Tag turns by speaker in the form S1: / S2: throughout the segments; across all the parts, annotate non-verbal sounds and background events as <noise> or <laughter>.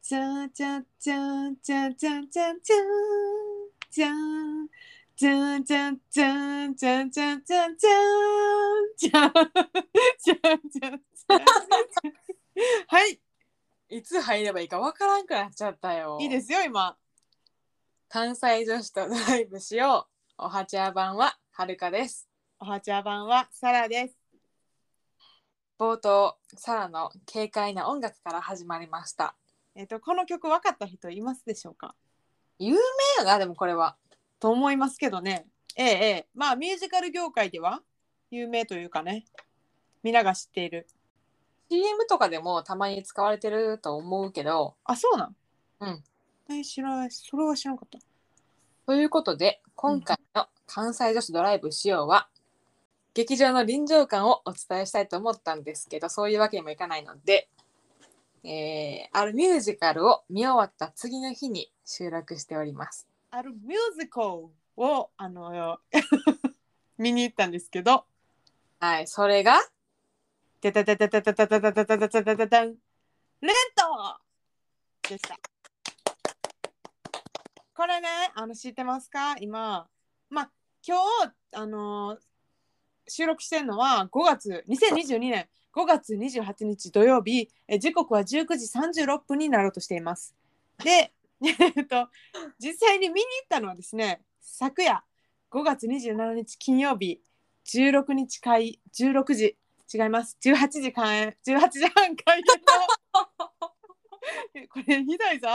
S1: チャチャチャチャチャチャチャチャチャチャチャチャチャチャチャチャチャチャはい
S2: いつ入ればいいかわからんくなっちゃったよ。。
S1: いいですすよ今
S2: 関西女子とドライブしよう。おはちゃ版ははるかです。
S1: おはちゃ版はサラです
S2: 冒頭、サラの軽快な音楽から始まりました。
S1: えっとこの曲分かった人いますでしょうか
S2: 有名よな、でもこれは。
S1: と思いますけどねええええまあミュージカル業界では有名というかね皆が知っている
S2: CM とかでもたまに使われてると思うけど、
S1: あそうなん
S2: うん
S1: え知らないそれは知らなかった
S2: ということで、今回の関西女子ドライブ仕様は、劇場の臨場感をお伝えしたいと思ったんですけど、そういうわけにもいかないので、えーあるミュージカルを見終わった次の日に収録しております。
S1: あるミュージカルをあの <laughs> 見に行ったんですけど
S2: はい、それが、
S1: 「タタタタタタタタタタタタタタタンレント!」でした。これねあの知ってますか今まあ今日あの収録してるのは5月2022年5月28日土曜日え時刻は19時36分になろうとしています。で、えっと、実際に見に行ったのはですね昨夜5月27日金曜日16日開16時違います18時開18時半開演の <laughs> これひどいぞ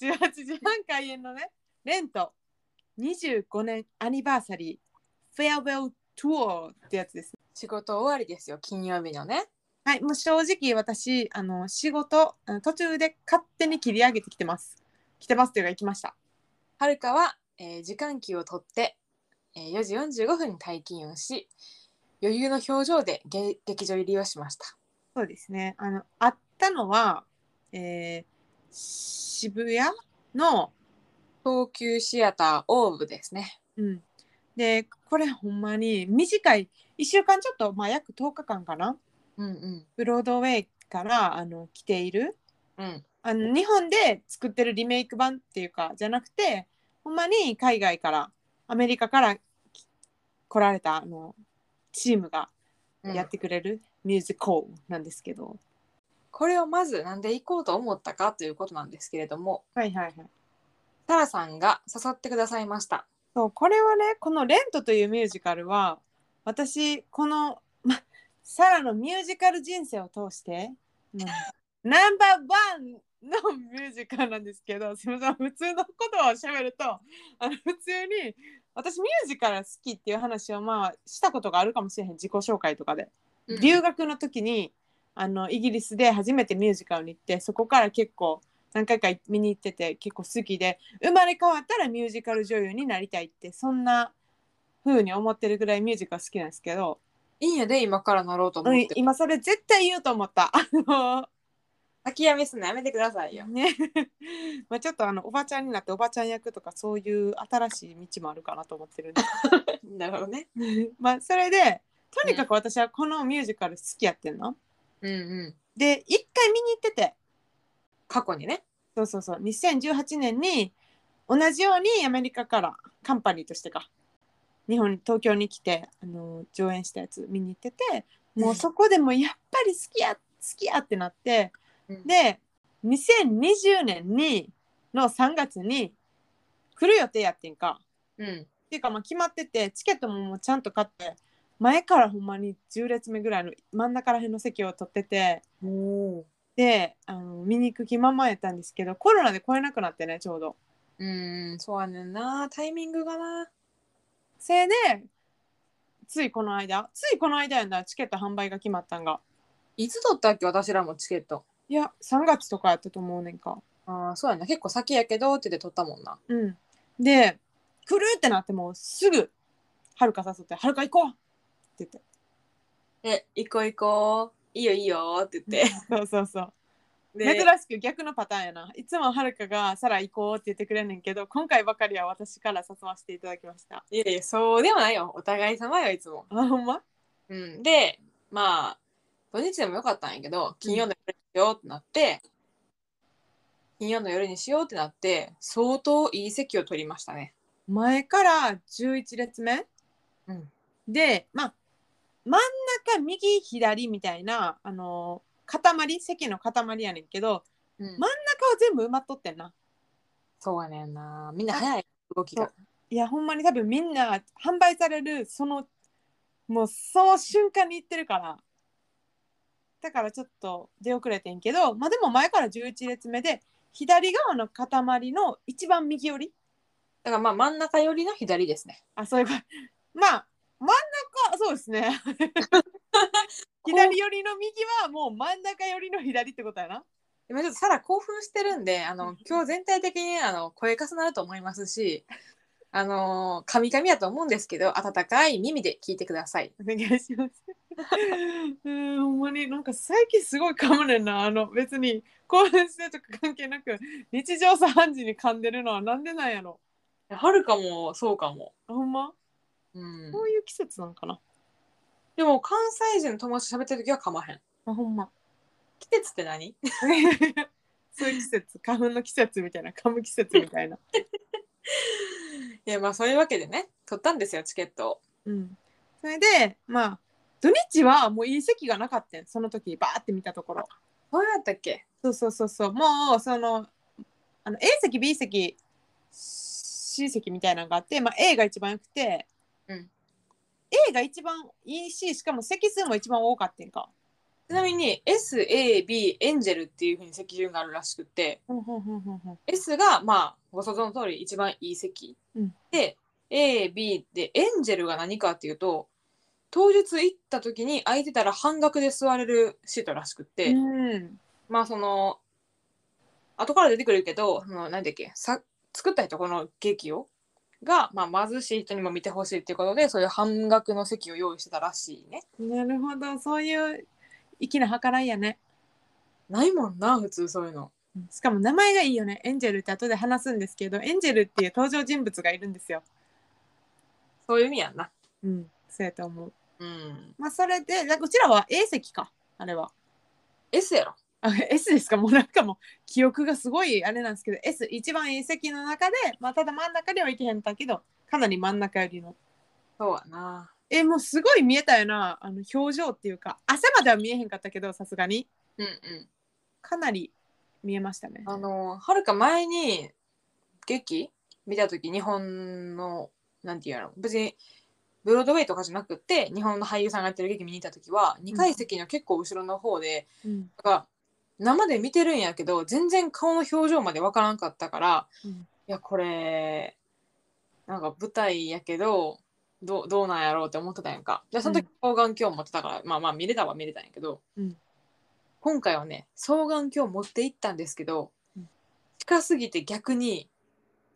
S1: 18時半開演のねレント25年アニバーサリーフェアウェルトゥアーってやつです
S2: 仕事終わりですよ、金曜日のね。
S1: はい、もう正直私あの仕事あの途中で勝手に切り上げてきてます。来てますというか行きました。
S2: はるかは、えー時間給を取って、えー4時45分に退勤をし、余裕の表情でげ劇場入りをしました。
S1: そうですね。あの会ったのは、えー渋谷の、
S2: 東急シアターオーブですね。
S1: うん、でこれほんまに短い1週間ちょっと、まあ、約10日間かな
S2: うんうん
S1: ブロードウェイからあの来ている
S2: うん
S1: あの日本で作ってるリメイク版っていうかじゃなくてほんまに海外からアメリカからき来られたあのチームが
S2: うん
S1: やってくれるミュージカルなんですけど、
S2: これをまずなんで行こうと思ったかということなんですけれども
S1: はいはいはい
S2: タラさんが誘ってくださいました
S1: そうこれはねこの「レント」というミュージカルは私この、ま、サラのミュージカル人生を通して、もうナンバーワンのミュージカルなんですけどすみません普通のことを喋るとあの普通に私ミュージカル好きっていう話をまあしたことがあるかもしれへん自己紹介とかで。留学の時にあのイギリスで初めてミュージカルに行ってそこから結構何回か見に行ってて結構好きで生まれ変わったらミュージカル女優になりたいってそんな風に思ってるぐらいミュージカル好きなんですけど、
S2: いいんやで今から乗ろうと思
S1: う
S2: っ
S1: ん
S2: て、
S1: 今それ絶対言うと思った。あの
S2: 先やめすんのやめてくださいよ
S1: ね <laughs> まあちょっとあのおばちゃんになっておばちゃん役とかそういう新しい道もあるかなと思ってるん
S2: <laughs>
S1: で
S2: なるほどね
S1: まあそれでとにかく私はこのミュージカル好きやってんの。
S2: うんうん
S1: で一回見に行ってて
S2: 過去にね
S1: そうそうそう2018年に同じようにアメリカからカンパニーとしてか日本東京に来てあの上演したやつ見に行っててもうそこでもうやっぱり好きや好きやってなって
S2: で
S1: で2020年にの3月に来る予定やってんか
S2: うん
S1: っていうかまあ決まっててチケットももうちゃんと買って前からほんまに10列目ぐらいの真ん中らへんの席を取ってて
S2: お
S1: であの見に行く気ままやったんですけどコロナで来れなくなってねちょうど。
S2: うんそうやねんなタイミングがな
S1: それでついこの間ついこの間やんなチケット販売が決まったんが
S2: いつ取ったっけ私らもチケット
S1: いや3月とかやったと思うねんか
S2: ああそうやな結構先やけどって言って取ったもんな
S1: うんで来るってなってもうすぐはるか誘って「はるか行こう!」って言って
S2: え行こう行こういいよいいよって言って
S1: <laughs> そうそうそう珍
S2: で
S1: しく逆のパターンやないつもはるかが「サラ行こう」って言ってくれんねんけど今回ばかりは私から誘わせていただきました
S2: いやいやそうでもないよお互い様よいつも
S1: あほんま
S2: うん、でまあ土日でもよかったんやけど金曜の夜よってなって、金曜の夜にしようってなって相当いい席を取りましたね。
S1: 前から11列目、
S2: うん
S1: でまあ真ん中右左みたいなあの塊席の塊やねんけど
S2: うん
S1: ま中は全部埋まっとってんな
S2: そうやねんなみんな早い動きが。
S1: いやほんまに多分みんな販売されるそのもうその瞬間に行ってるからだからちょっと出遅れてんけどまあでも前から11列目で左側の塊の一番右寄り
S2: だからまあ真ん中寄りの左ですね。
S1: あ、そういうこと。まあ、真ん中、そうですね。左寄りの右はもう真ん中寄りの左ってことやな。
S2: 今ちょっとサラ興奮してるんであの今日全体的にあの声かすなると思いますしあのカミカミやと思うんですけど温かい耳で聞いてください。
S1: お願いします。うん、ほんまになんか最近すごい噛むねんな。あの、別に興奮してとか関係なく、日常茶飯事に噛んでるのはなんでなんやろ。
S2: はるかもそうかも。
S1: ほんま
S2: うん
S1: こういう季節なんかな。
S2: でも関西人の友達と喋ってる時はかまへん。
S1: あ、ほんま。 <laughs>
S2: 季節って何 <laughs>
S1: そういう季節、花粉の季節みたいな、噛む季節みたいな。
S2: いやまあそういうわけでね取ったんですよチケットを。
S1: うん、それでまあ土日はもういい席がなかったんその時バーって見たところ
S2: そうやったっけ
S1: そうそうそうそうもうそのあの A 席 B 席 C 席みたいなのがあって、まあ、A が一番よくて、
S2: うん
S1: A が一番いいししかも席数も一番多かったんか。
S2: ちなみに SAB エンジェルっていうふうに席順があるらしくて S がまあご想像の通り一番いい席、
S1: うん
S2: で AB でエンジェルが何かっていうと当日行った時に空いてたら半額で座れるシートらしくって、
S1: うん
S2: まあその後から出てくるけどその何だっけさ作った人この劇をが、まあ、貧しい人にも見てほしいっていうことでそういう半額の席を用意してたらしいね。
S1: なるほどそういう粋な計らいやね。
S2: ないもんな普通そういうの。
S1: しかも名前がいいよねエンジェルって後で話すんですけどエンジェルっていう登場人物がいるんですよ。
S2: そういう意味やんな。
S1: うん、そうやと思う。
S2: うん。
S1: まあ、それで、だうちらは A 席か、あれは。
S2: S やろ。
S1: あ S ですか、もうなんかもう、記憶がすごいあれなんですけど、S、一番 A 席の中で、まあ、ただ真ん中ではいけへんだけど、かなり真ん中よりの。
S2: そうやな。
S1: え、もうすごい見えたよな、あの表情っていうか、朝までは見えへんかったけど、さすがに。
S2: うんうん。
S1: かなり見えましたね。
S2: あのはるか前に劇見た時日本のなんていうの別にブロードウェイとかじゃなくて日本の俳優さんがやってる劇見に行った時は2階席の結構後ろの方で、
S1: うん
S2: なんか生で見てるんやけど全然顔の表情までわからんかったから、
S1: うん
S2: いやこれなんか舞台やけどどうどうなんやろうって思ってたやんかでその時双眼鏡持ってたから、まあまあ見れたは見れたんやけど、
S1: うん
S2: 今回はね双眼鏡持って行ったんですけど、
S1: うん
S2: 近すぎて逆に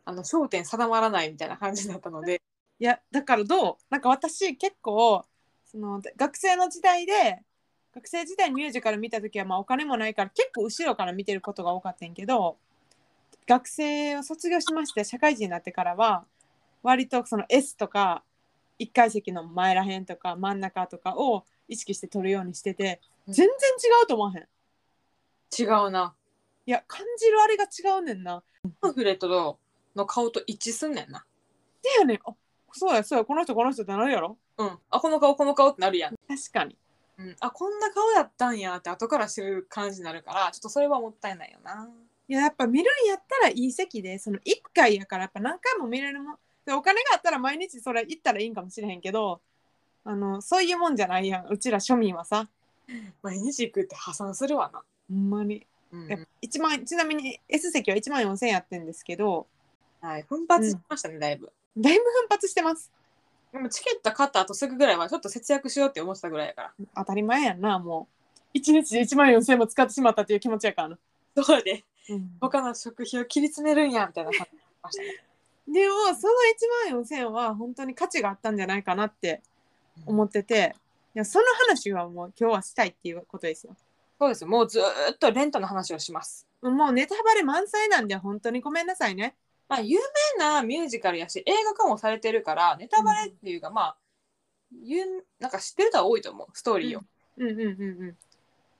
S2: あの焦点定まらないみたいな感じだったので、
S1: いやだからどうなんか私結構その学生の時代で学生時代にミュージカル見た時はまあお金もないから結構後ろから見てることが多かったんやけど学生を卒業しまして社会人になってからは割とその S とか1階席の前らへんとか真ん中とかを意識して撮るようにしてて
S2: うん
S1: 全然違うと思わへん。
S2: 違うな。
S1: いや感じるあれが違うねんな。
S2: パンフレットの顔と一致すんねんな。
S1: でやねんあそうやそうやこの人この人ってなるやろ
S2: うん。あ、この顔、この顔ってなるやん。
S1: 確かに。
S2: うん、あ、こんな顔だったんやって後から知る感じになるから、ちょっとそれはもったいないよな。
S1: いややっぱ見るんやったらいい席でその1回やからやっぱ何回も見れるもんでお金があったら毎日それ行ったらいいんかもしれへんけどあのそういうもんじゃないやんうちら庶民はさ
S2: 毎日行くって破産するわな。
S1: ほんまに
S2: うん
S1: やっぱ一万ちなみに S 席は1万4000円やってんですけど
S2: はい。奮発しましたね、だいぶ。
S1: だいぶ奮発してます
S2: でもチケット買った後すぐぐらいはちょっと節約しようって思ってたぐらいやか
S1: 当たり前やんなもう1日で1万4000円も使ってしまったっていう気持ちやからな、
S2: ら。そうで、
S1: うん
S2: 他の食費を切り詰めるんや、みたいな感じになりましたね。
S1: でもその1万4000円は本当に価値があったんじゃないかなって思ってていやその話はもう今日はしたいっていうことですよ
S2: そうです。もうずーっとレントの話をします。
S1: もうネタバレ満載なんで本当にごめんなさいね。
S2: まあ、有名なミュージカルやし映画化もされてるからネタバレっていうか、まあゆなんか知ってる人は多いと思うストーリーを、
S1: うんうんうんうん。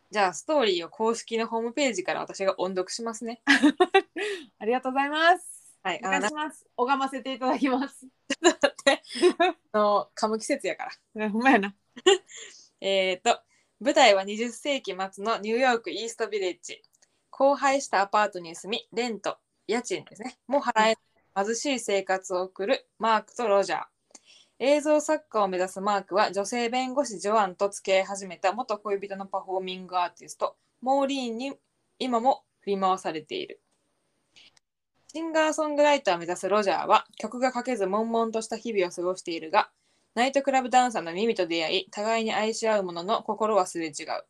S2: じゃあストーリーを公式のホームページから私が音読しますね。
S1: ありがとうございます。
S2: はい、
S1: お
S2: あ
S1: 願い
S2: な
S1: します。拝ませていただきます。 <laughs>
S2: あの噛む季節やから。
S1: ねほんまやな。
S2: えー、と舞台は20世紀末のニューヨークイーストビレッジ荒廃したアパートに住みレント家賃ですねも払え貧しい生活を送るマークとロジャー映像作家を目指すマークは女性弁護士ジョアンと付き合い始めた元恋人のパフォーミングアーティストモーリーンに今も振り回されているシンガーソングライターを目指すロジャーは曲が書けず悶々とした日々を過ごしているがナイトクラブダンサーのミミと出会い、互いに愛し合うものの心はすれ違う。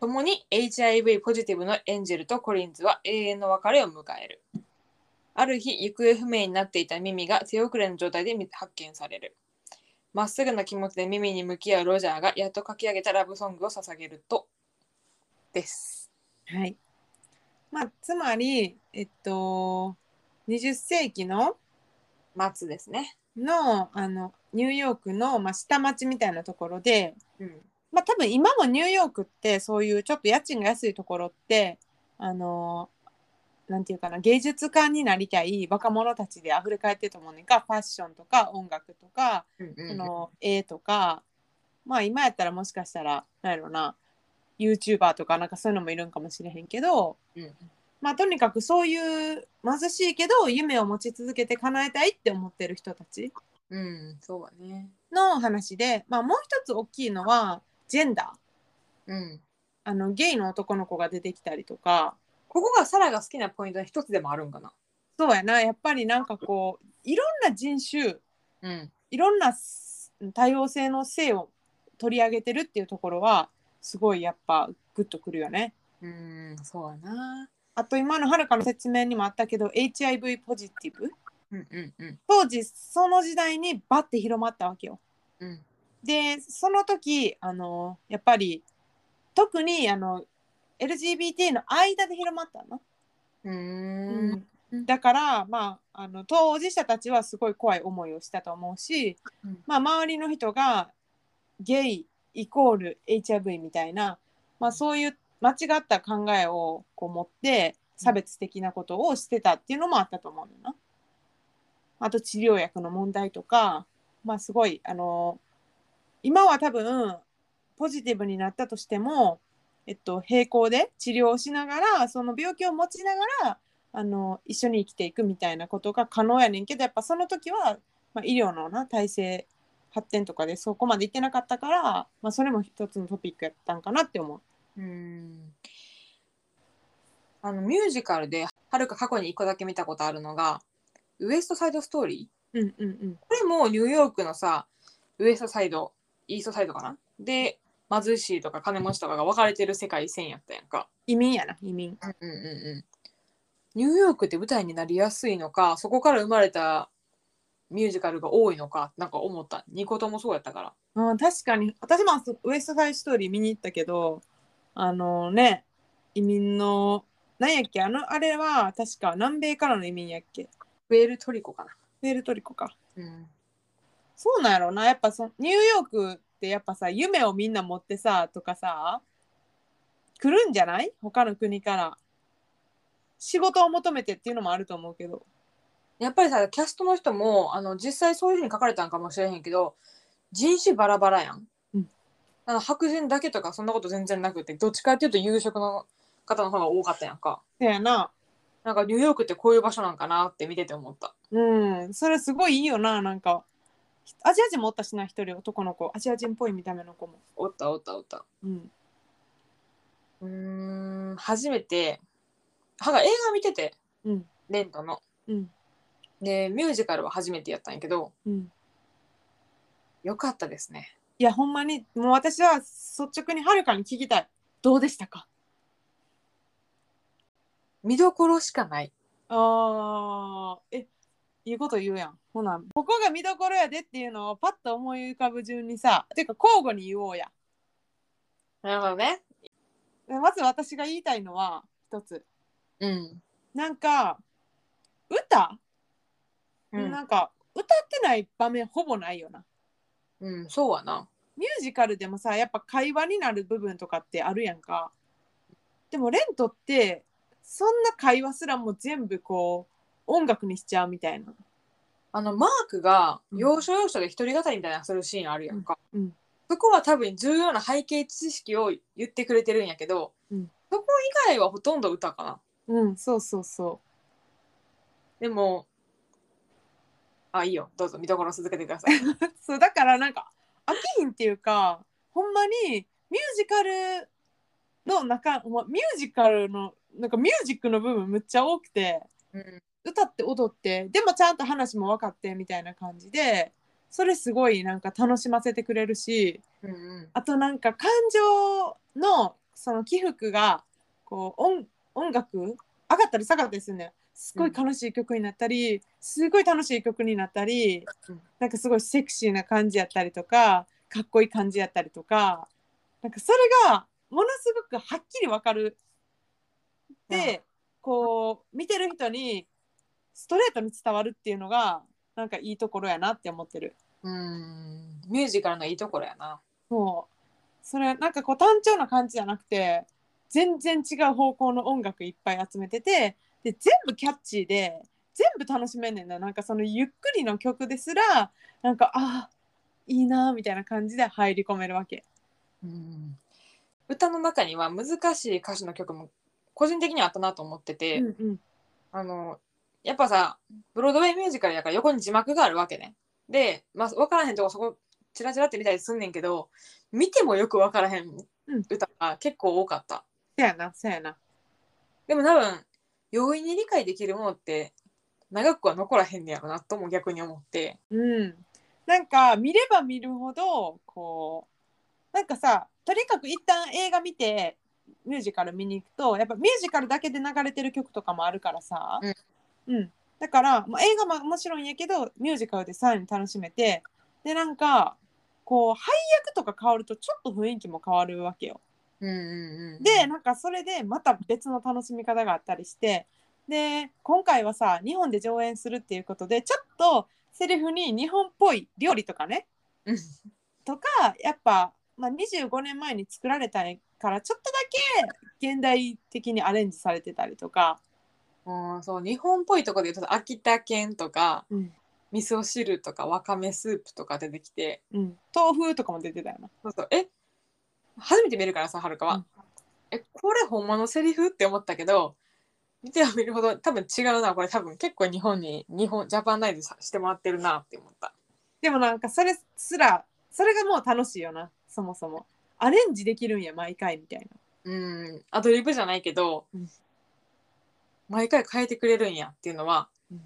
S2: 共に HIV ポジティブのエンジェルとコリンズは永遠の別れを迎える。ある日、行方不明になっていたミミが手遅れの状態で見発見される。まっすぐな気持ちでミミに向き合うロジャーがやっと書き上げたラブソングを捧げると。です。
S1: はい。まあつまりえっと20世紀の
S2: 松ですね。
S1: のあのニューヨークの、まあ、下町みたいなところで、
S2: うん。
S1: まあ、多分今もニューヨークってそういうちょっと家賃が安いところってあのなんていうかな芸術家になりたい若者たちで溢れ返ってると思うねんかファッションとか音楽とか、
S2: うん
S1: その絵とかまあ今やったらもしかしたらなんやろな YouTuber とかなんかそういうのもいるんかもしれへんけど、
S2: うん
S1: まあとにかくそういう貧しいけど夢を持ち続けて叶えたいって思ってる人たち
S2: うん、そうだね。
S1: の話で、まあ、もう一つ大きいのはジェンダー
S2: うん。
S1: あのゲイの男の子が出てきたりとか
S2: ここがサラが好きなポイントの一つでもあるんかな。
S1: そうやなやっぱりなんかこういろんな人種
S2: うん。
S1: いろんなす多様性の性を取り上げてるっていうところはすごいやっぱグッとくるよね。
S2: うーん、そうやな。
S1: あと今のはるかの説明にもあったけど HIV ポジティブ
S2: うんうんうん
S1: 当時その時代にバッて広まったわけよ。
S2: うん
S1: でその時あのやっぱり特にあの LGBT の間で広まったの。
S2: うーん。
S1: うんだから、まあ、あの当事者たちはすごい怖い思いをしたと思うし、
S2: うん
S1: まあ、周りの人がゲイイコール HIV みたいな、まあ、そういう間違った考えをこう持って差別的なことをしてたっていうのもあったと思うのよな。あと治療薬の問題とか、まあ、すごいあの今は多分ポジティブになったとしても、えっと、並行で治療をしながらその病気を持ちながらあの一緒に生きていくみたいなことが可能やねんけどやっぱその時は、まあ、医療のな体制発展とかでそこまでいってなかったから、まあ、それも一つのトピックやったんかなって思う。
S2: うーんあのミュージカルではるか過去に一個だけ見たことあるのが「ウエストサイドストーリー
S1: うんうんうん」
S2: これもニューヨークのさウエストサイドイーストサイドかなで貧しいとか金持ちとかが分かれてる世界線やったやんか。
S1: 移民やな移民。
S2: うんうんうんニューヨークって舞台になりやすいのかそこから生まれたミュージカルが多いのかなんか思った2個ともそうやったから。
S1: うん、確かに私もそウエストサイドストーリー見に行ったけどあのね移民の何やっけあのあれは確か南米からの移民やっけ
S2: プエルトリコかな。
S1: プエルトリコか。
S2: うん
S1: そうなんやろうなやっぱそニューヨークってやっぱさ夢をみんな持ってさとかさ来るんじゃない他の国から仕事を求めてっていうのもあると思うけど
S2: やっぱりさキャストの人もあの実際そういうふうに書かれたんかもしれへんけど人種バラバラやん、
S1: うん
S2: あの白人だけとかそんなこと全然なくてどっちかっていうと夕食の方の方が多かったやんか
S1: そやな
S2: なんかニューヨークってこういう場所なんかなって見てて思った
S1: うんそれすごいいいよななんかアジア人もおったしな一人男の子アジア人っぽい見た目の子も
S2: おったおったおった
S1: うん
S2: うーん初めてはが映画見てて
S1: うん
S2: レントの
S1: うん
S2: でミュージカルは初めてやったんやけど
S1: うん
S2: よかったですね
S1: いやほんまにもう私は率直にはるかに聞きたいどうでしたか
S2: 見どころしかない
S1: あーえいいこと言うやんほなここが見どころやでっていうのをパッと思い浮かぶ順にさてか交互に言おうや
S2: なるほどね
S1: まず私が言いたいのは一つ
S2: うん、
S1: なんか歌、
S2: うん
S1: なんか歌ってない場面ほぼないよな
S2: うん、そうはな
S1: ミュージカルでもさやっぱ会話になる部分とかってあるやんかでもレントってそんな会話すらも全部こう音楽にしちゃうみたいな
S2: あのマークが
S1: うん
S2: 要所要所で一人語りみたいなするシーンあるやんか、
S1: うんうん
S2: そこは多分重要な背景知識を言ってくれてるんやけど、
S1: うん
S2: そこ以外はほとんど歌かな
S1: うんそうそうそ
S2: でもあいいよどうぞ見どころ続けてくださ
S1: <laughs>
S2: い
S1: うそうだからなんか飽きひんっていうかほんまにミュージカルの中ほんまミュージカルのなんかミュージックの部分むっちゃ多くて
S2: うん
S1: 歌って踊ってでもちゃんと話も分かってみたいな感じでそれすごいなんか楽しませてくれるし
S2: うんうん
S1: あとなんか感情のその起伏がこう音音楽上がったり下がったりするのよすごい悲しい曲になったり、すごい楽しい曲になったり、
S2: うん
S1: なんかすごいセクシーな感じやったりとかかっこいい感じやったりとかなんかそれがものすごくはっきりわかるで、こう見てる人にストレートに伝わるっていうのがなんかいいところやなって思ってる。
S2: うんミュージカルのいいところやな。
S1: そうそれなんかこう単調な感じじゃなくて全然違う方向の音楽いっぱい集めててで全部キャッチーで全部楽しめんねんななんかそのゆっくりの曲ですらなんかあいいなみたいな感じで入り込めるわけ
S2: うん、歌の中には難しい歌詞の曲も個人的にはあったなと思ってて、
S1: うんうん
S2: あのやっぱさブロードウェイミュージカルやから横に字幕があるわけね。で、まあ、分からへんとこそこチラチラって見たりすんねんけど見てもよく分からへん
S1: うん
S2: 歌が結構多かった。
S1: そやなそやな
S2: でも多分容易に理解できるものって長くは残らへんねやろなとも逆に思って。
S1: うんなんか見れば見るほどこうなんかさとにかく一旦映画見てミュージカル見に行くとやっぱミュージカルだけで流れてる曲とかもあるからさ、うんだから、まあ、映画ももちろんやけどミュージカルでさらに楽しめてでなんかこう配役とか変わるとちょっと雰囲気も変わるわけよ。
S2: うんうんうん、
S1: でなんかそれでまた別の楽しみ方があったりしてで今回はさ日本で上演するっていうことでちょっとセリフに日本っぽい料理とかね
S2: うん
S1: とかやっぱ、まあ、25年前に作られたからちょっとだけ現代的にアレンジされてたりとか、
S2: うん、そう日本っぽいとこで言うと秋田県とか味噌汁とかわかめスープとか出てきて
S1: うん豆腐とかも出てたよな。
S2: そうそうえ初めて見るからさはるかは、
S1: うん
S2: えこれほんまのセリフって思ったけど見ては見るほど多分違うなこれ多分結構日本に日本ジャパンライズさしてもらってるなって思った
S1: でもなんかそれすらそれがもう楽しいよなそもそも。アレンジできるんや毎回みたいな。
S2: うんアドリブじゃないけど、
S1: うん
S2: 毎回変えてくれるんやっていうのは、
S1: うん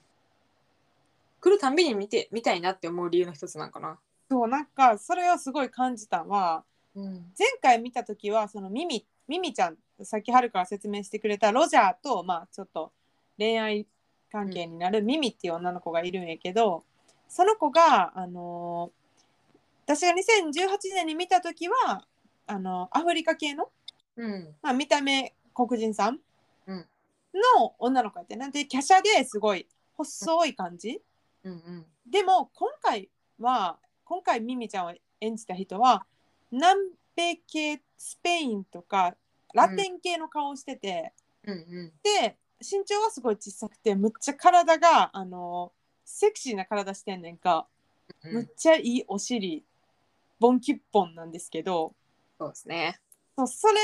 S2: 来るたんびに見て見たいなって思う理由の一つなんかな、
S1: そうなんかそれをすごい感じたのは
S2: うん
S1: 前回見た時はそのミミミミちゃんさっきはるかが説明してくれたロジャーとまあちょっと恋愛関係になるミミっていう女の子がいるんやけど、その子があのー私が2018年に見た時はあのアフリカ系の、
S2: うん
S1: まあ、見た目黒人さん
S2: うん
S1: の女の子やってなんで華奢ですごい細い感じ、
S2: うんうん
S1: でも今回は今回ミミちゃんを演じた人は南米系スペインとかラテン系の顔をしてて、
S2: うんうん
S1: で身長はすごい小さくてむっちゃ体があのセクシーな体してんねんか、
S2: う
S1: むっ
S2: ん、
S1: ちゃいいお尻ボンキッボンなんですけど
S2: そうですね。
S1: そうそれ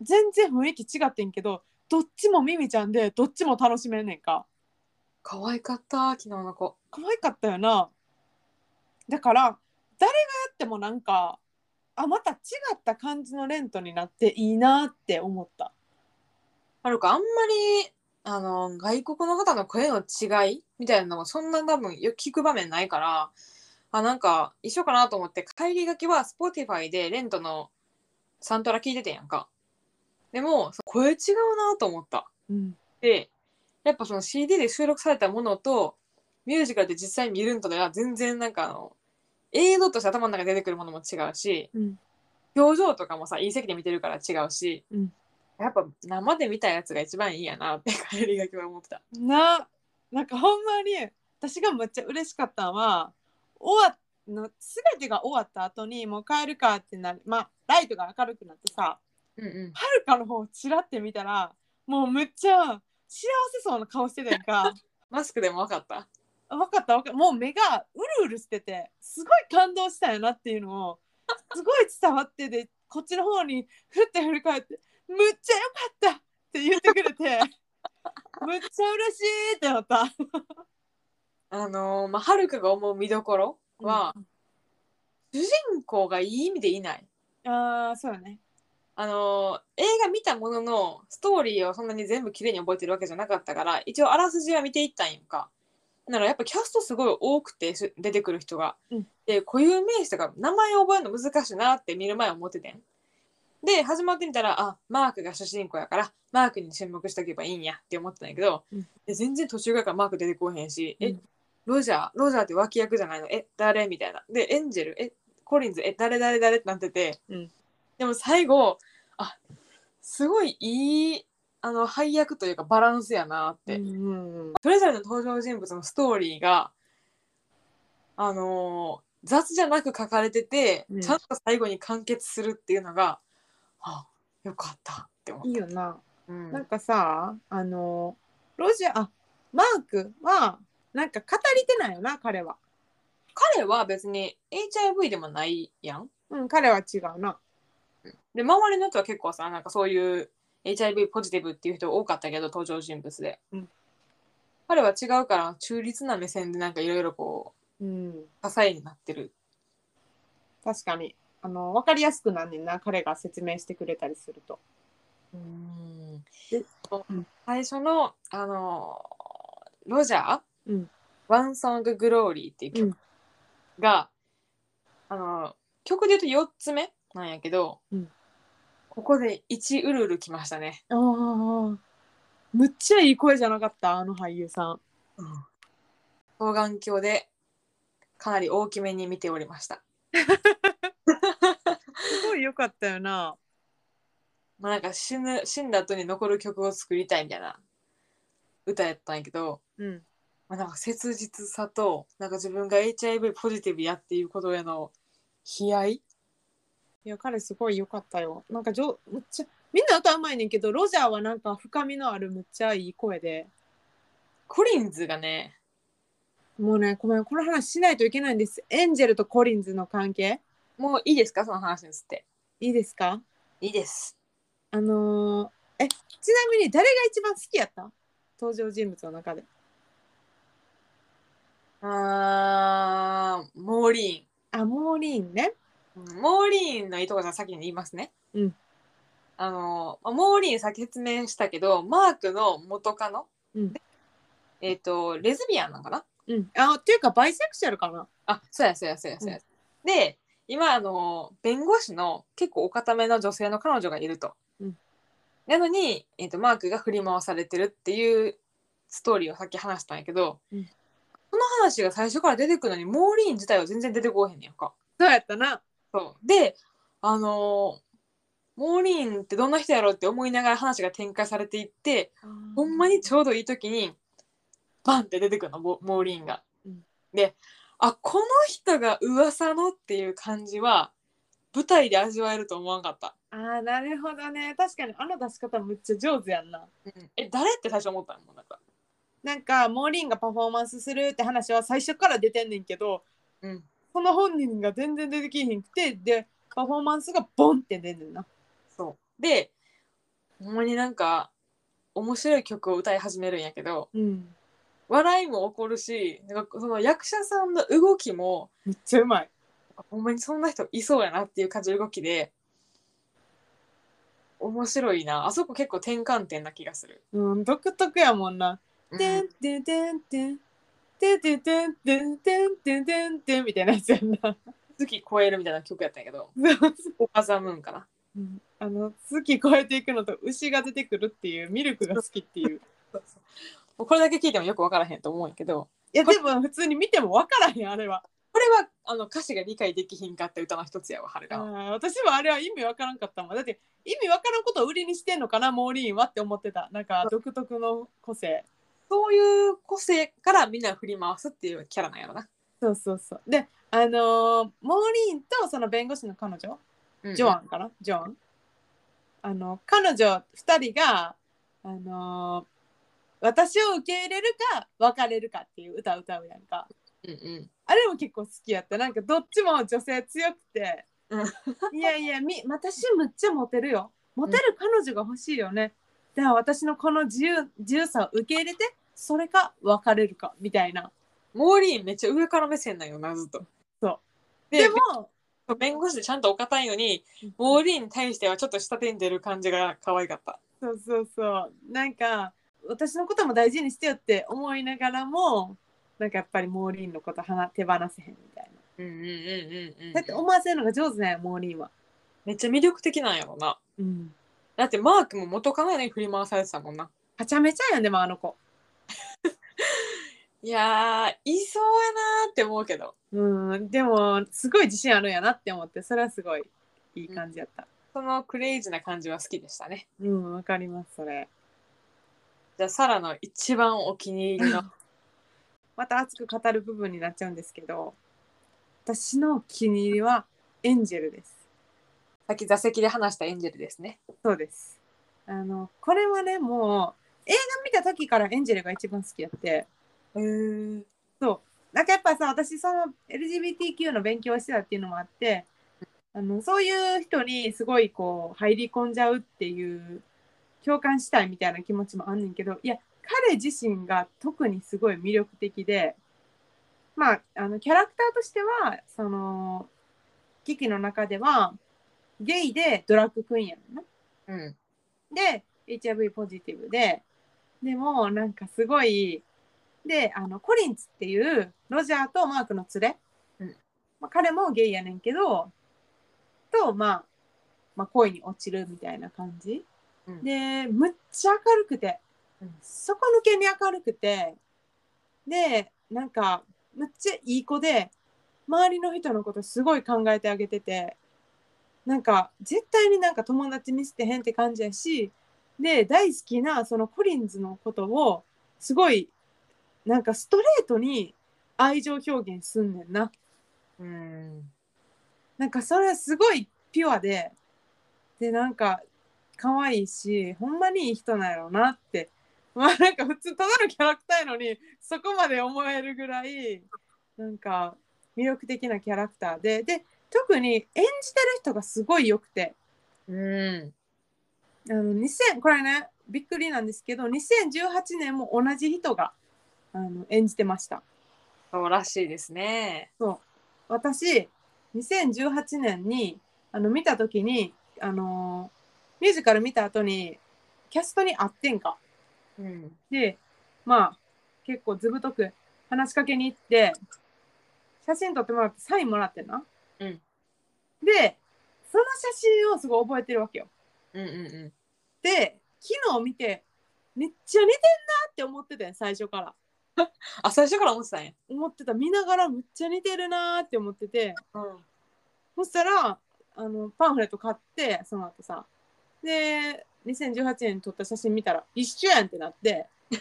S1: 全然雰囲気違ってんけどどっちもミミちゃんでどっちも楽しめんねんか。
S2: 可愛かった昨日の子。
S1: 可愛かったよなだから誰がやってもなんかあまた違った感じのレントになっていいなって思った
S2: はるかあんまりあの外国の方の声の違いみたいなのもそんな多分よく聞く場面ないからあなんか一緒かなと思って帰りがけは Spotify でレントのサントラ聞いててんやんか。でもそ声違うなと思った。
S1: うん
S2: でやっぱその CD で収録されたものとミュージカルで実際見るんとでは全然なんかあの映像として頭の中に出てくるものも違うし
S1: うん
S2: 表情とかもさいい席で見てるから違うし、
S1: うん
S2: やっぱ生で見たやつが一番いいやなって <laughs> 帰りがけは思ってた。
S1: ななんかほんまに私がめっちゃ嬉しかったのは終わっの全てが終わった後にもう帰るかってなるまあライトが明るくなってさ
S2: うんうん
S1: はるかの方をちらって見たらもうむっちゃ幸せそうな顔してたやんか
S2: マスクでも分かった。
S1: あ分かった分かったもう目がうるうるしててすごい感動したんやなっていうのをすごい伝わってでこっちの方にふって振り返って「むっちゃよかった!」って言ってくれてむっちゃ嬉しいってなった。
S2: あのーまあ、はるかが思う見どころは、主人公がいい意味でいない。
S1: ああそうだね。
S2: あのー映画見たもののストーリーをそんなに全部綺麗に覚えてるわけじゃなかったから一応あらすじは見ていったんやんか。ならやっぱキャストすごい多くてす出てくる人が。
S1: うん
S2: で固有名詞とか名前覚えるの難しいなって見る前は思っててん。で始まってみたらあマークが主人公やからマークに注目しておけばいいんやって思ってたんやけど、
S1: うん
S2: で全然途中ぐらいからマーク出てこへんし、
S1: う
S2: え
S1: ん
S2: ロジャーロジャーって脇役じゃないのえ誰みたいな。でエンジェルえコリンズえ誰誰誰ってなってて、
S1: うん
S2: でも最後あすごいいいあの配役というかバランスやなって、
S1: うんうん
S2: それぞれの登場人物のストーリーがあのー雑じゃなく書かれてて、
S1: うん
S2: ちゃんと最後に完結するっていうのがあよかったって思
S1: い
S2: っ
S1: い
S2: た。
S1: よな。
S2: うん
S1: なんかさあのロジャーあマークはなんか語り手なんよな彼は。
S2: 彼は別に HIV でもないやん。
S1: うん彼は違うな。
S2: で周りの人は結構さなんかそういう HIV ポジティブっていう人多かったけど登場人物で、
S1: うん
S2: 彼は違うから中立な目線でなんかいろいろこ
S1: うん
S2: う支えになってる
S1: 確かにあの分かりやすくなんねんな彼が説明してくれたりすると。
S2: で
S1: うん
S2: 最初のあのーロジャー
S1: うん
S2: 「ワンソンググローリーっていう曲が、あのー曲で言うと4つ目なんやけど、
S1: うん
S2: ここで1ウルウルきましたね、
S1: ああむっちゃいい声じゃなかったあの俳優さん。
S2: 双眼鏡でかなり大きめに見ておりました
S1: すごい良かったよな。
S2: まあなんか死ぬ死んだ後に残る曲を作りたいみたいな歌やったんやけど、
S1: うん
S2: まあ、なんか切実さとなんか自分が HIV ポジティブやっていうことへの悲哀
S1: いや彼すごい良かったよ。なんかじょむっちゃみんな歌うまいねんけどロジャーはなんか深みのあるむっちゃいい声で。
S2: コリンズがね
S1: もうね、ごめん、この話しないといけないんです。エンジェルとコリンズの関係、
S2: もういいですかその話につって
S1: いいですか
S2: いいです
S1: あのーえ、ちなみに誰が一番好きやった登場人物の中で。
S2: あーモーリ
S1: あ、モーリーンね。
S2: ーンうんモーリーンのいいとこじゃ先に言いますね
S1: うん
S2: あのまあモーリーンさっき説明したけどマークの元カノ、
S1: うん
S2: えっ、とレズビアンなんかな
S1: うん。あ、っていうか、バイセクシャルかな。
S2: あそうやそうやそうやそうや。で今あの弁護士の結構お固めの女性の彼女がいると。
S1: うん
S2: なのに、えー、とマークが振り回されてるっていうストーリーをさっき話したんやけど、
S1: うん
S2: その話が最初から出てくるのにモーリーン自体は全然出てこうへんねやんか。
S1: そうやったな。
S2: そうであのーモーリーンってどんな人やろうって思いながら話が展開されていってほんまにちょうどいい時にバンって出てくるのモモーリーンが。
S1: うん
S2: であこの人が噂のっていう感じは舞台で味わえると思わんかった。
S1: あー、なるほどね。確かに、あの出し方むっちゃ上手やんな。
S2: え誰って最初思ったのなんか、
S1: なんか、モーリーンがパフォーマンスするって話は最初から出てんねんけど、
S2: うん、
S1: その本人が全然出てきへんくて、で、パフォーマンスがボンって出んねんな。
S2: そうでほんまになんか面白い曲を歌い始めるんやけど
S1: うん。
S2: 笑いも起こるしなんかその役者さんの動きも
S1: めっちゃうまい。
S2: ほんまにそんな人いそうやなっていう感じの動きで面白いなあそこ結構転換点な気がする。
S1: うん、独特やもんな。てんてんてんてん。てんてんてんてんてんてんてんてんみたいなやつやんな。
S2: 月超えるみたいな曲やったんやけど、オカザムーンかな。
S1: うんあの、月超えていくのと牛が出てくるっていう、ミルクが好きっていう。
S2: もうこれだけ聞いてもよくわからへんと思うんやけど、
S1: いや、でも普通に見てもわからへん、あれは。
S2: これはあの歌詞が理解できひんかった歌の一つやわ、春
S1: あ
S2: が。
S1: ー私もあれは意味わからんかったもん。だって、意味わからんことを売りにしてんのかな、モーリーンはって思ってた。なんか、独特の個性。
S2: そういう個性からみんな振り回すっていうキャラなんやろな。
S1: そうそうそう。で、ああのーモーリーンとその弁護士の彼女ジョアンかなジョアンあの彼女2人が、あのー私を受け入れるか別れるかっていう歌を歌うやんか
S2: うんうん
S1: あれも結構好きやったなんかどっちも女性強くて、いやいやみ私むっちゃモテるよモテる彼女が欲しいよね、だから私のこの自由自由さを受け入れてそれか別れるかみたいな
S2: モーリーンめっちゃ上から目線なんよなずっと
S1: そう
S2: で
S1: でも
S2: 弁護士でちゃんとお堅いのにモーリーンに対してはちょっと下手に出る感じが可愛かった
S1: そうそうそうなんか私のことも大事にしてよって思いながらもなんかやっぱりモーリーンのことはな手放せへんみたいな
S2: うんうんうんうん
S1: だって思わせるのが上手なんやモーリーンは
S2: めっちゃ魅力的なんやろな
S1: うん
S2: だってマークも元カノやのに振り回されてたもんな
S1: はちゃめちゃやんでもあの子
S2: いやーいそうやなーって思うけど
S1: うんでもすごい自信あるんやなって思ってそれはすごいいい感じやった
S2: そのクレイジーな感じは好きでしたね
S1: うんわ、かりますそれ
S2: じゃあサラの一番お気に入 <laughs> りの
S1: また熱く語る部分になっちゃうんですけど私のお気に入りはエンジェルです
S2: さっき座席で話したエンジェルですね
S1: そうですあのこれはねもう映画見た時からエンジェルが一番好きやって
S2: へー
S1: なんかやっぱさ私その LGBTQ の勉強をしてたっていうのもあってあのそういう人にすごいこう入り込んじゃうっていう共感したいみたいな気持ちもあんねんけどいや彼自身が特にすごい魅力的でまああのキャラクターとしてはその劇の中ではゲイでドラッグクイーンやんな。
S2: うん
S1: で HIV ポジティブででもなんかすごいであのコリンツっていうロジャーとマークの連れ、
S2: うん
S1: まあ、彼もゲイやねんけどと、まあ、まあ恋に落ちるみたいな感じ、
S2: うん
S1: でむっちゃ明るくて、
S2: うん
S1: 底抜けに明るくてでなんかむっちゃいい子で周りの人のことすごい考えてあげてて。なんか絶対になんか友達見せてへんって感じやしで大好きなそのコリンズのことをすごいなんかストレートに愛情表現すんねんな
S2: うん
S1: なんかそれはすごいピュアででなんか可愛いしほんまにいい人なんやろうなってまあなんか普通ただのキャラクターやのにそこまで思えるぐらいなんか魅力的なキャラクターでで特に演じてる人がすごい良くて
S2: うん
S1: あの2000これねびっくりなんですけど2018年も同じ人があの演じてました
S2: そうらしいですね
S1: 私2018年にあの見た時にあのーミュージカル見た後にキャストに会ってんか
S2: うん
S1: でまあ結構ずぶとく話しかけに行って写真撮ってもらってサインもらってんな、
S2: うん
S1: でその写真をすごい覚えてるわけよ
S2: うんうんうん
S1: で昨日見てめっちゃ似てんなって思ってたよ最初から
S2: あ最初から思ってたんや
S1: 思ってた見ながらめっちゃ似てるなーって思ってて
S2: うん
S1: そしたらあのパンフレット買ってその後さで2018年に撮った写真見たら一緒やんってなって <laughs>